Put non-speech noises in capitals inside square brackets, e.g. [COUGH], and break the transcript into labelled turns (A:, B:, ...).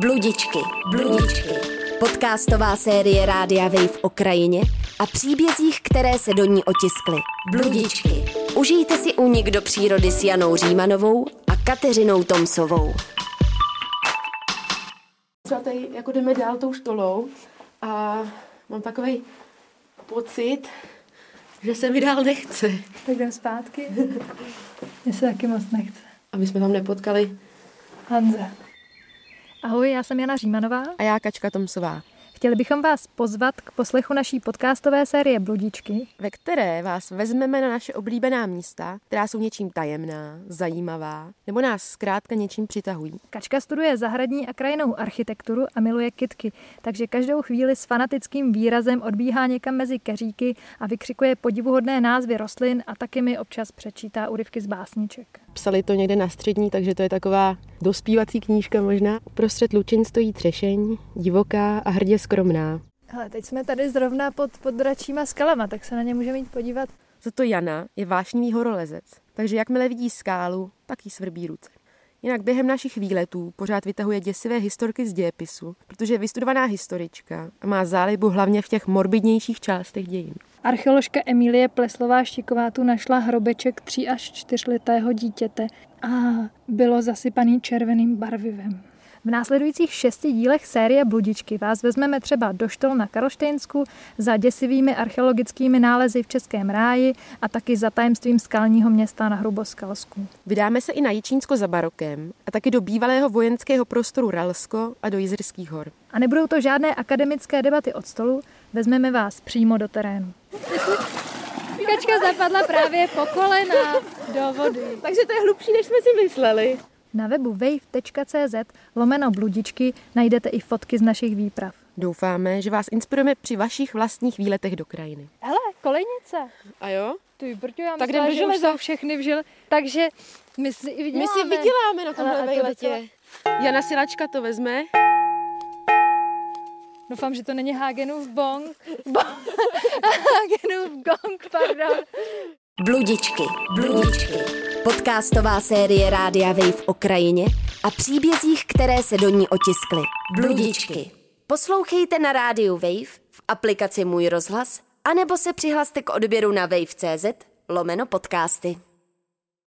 A: Bludičky, bludičky. Podcastová série Rádia Wave v krajině a příbězích, které se do ní otiskly. Bludičky. Užijte si únik do přírody s Janou Římanovou a Kateřinou Tomsovou.
B: Třeba tady jako jdeme dál tou štolou a mám takový pocit, že se mi dál nechce.
C: Tak jdem zpátky. Mně se taky moc nechce.
B: Aby jsme tam nepotkali.
C: Hanze. Ahoj, já jsem Jana Římanová.
D: A já Kačka Tomsová,
C: Chtěli bychom vás pozvat k poslechu naší podcastové série Bludičky.
D: ve které vás vezmeme na naše oblíbená místa, která jsou něčím tajemná, zajímavá, nebo nás zkrátka něčím přitahují.
C: Kačka studuje zahradní a krajinou architekturu a miluje kitky, takže každou chvíli s fanatickým výrazem odbíhá někam mezi keříky a vykřikuje podivuhodné názvy rostlin a taky mi občas přečítá úryvky z básniček.
D: Psali to někde na střední, takže to je taková dospívací knížka možná. Uprostřed lučin stojí třešeň, divoká a hrdě skromná.
C: Hele, teď jsme tady zrovna pod podračíma skalama, tak se na ně můžeme jít podívat.
D: Za to Jana je vášnivý horolezec, takže jakmile vidí skálu, tak jí svrbí ruce. Jinak během našich výletů pořád vytahuje děsivé historky z dějepisu, protože je vystudovaná historička a má zálibu hlavně v těch morbidnějších částech dějin.
C: Archeoložka Emílie Pleslová Štiková tu našla hrobeček 3 až 4 letého dítěte a bylo zasypaný červeným barvivem. V následujících šesti dílech série Bludičky vás vezmeme třeba do štol na Karlštejnsku za děsivými archeologickými nálezy v Českém ráji a taky za tajemstvím skalního města na Hruboskalsku.
D: Vydáme se i na Jičínsko za barokem a taky do bývalého vojenského prostoru Ralsko a do Jizerských hor.
C: A nebudou to žádné akademické debaty od stolu, vezmeme vás přímo do terénu.
E: Kačka zapadla právě po kolena do vody.
B: Takže to je hlubší, než jsme si mysleli.
C: Na webu wave.cz lomeno bludičky najdete i fotky z našich výprav.
D: Doufáme, že vás inspirujeme při vašich vlastních výletech do krajiny.
E: Hele, kolejnice.
B: A jo?
E: Ty brďo, já
B: Tak jdem
E: myslela,
B: do
E: že už
B: železa.
E: jsou všechny v žele... Takže my si i
B: My
E: vyděláme.
B: si vyděláme na tomhle
E: Ale a to
B: vejletě. Jana Silačka to vezme.
E: Doufám, že to není Hagenův bong.
B: [LAUGHS]
E: Hagenův gong, pardon.
A: Bludičky, bludičky. Podcastová série Rádia Wave v krajině a příbězích, které se do ní otiskly. Bludičky. Poslouchejte na rádiu Wave v aplikaci Můj rozhlas anebo se přihlaste k odběru na wave.cz lomeno podcasty.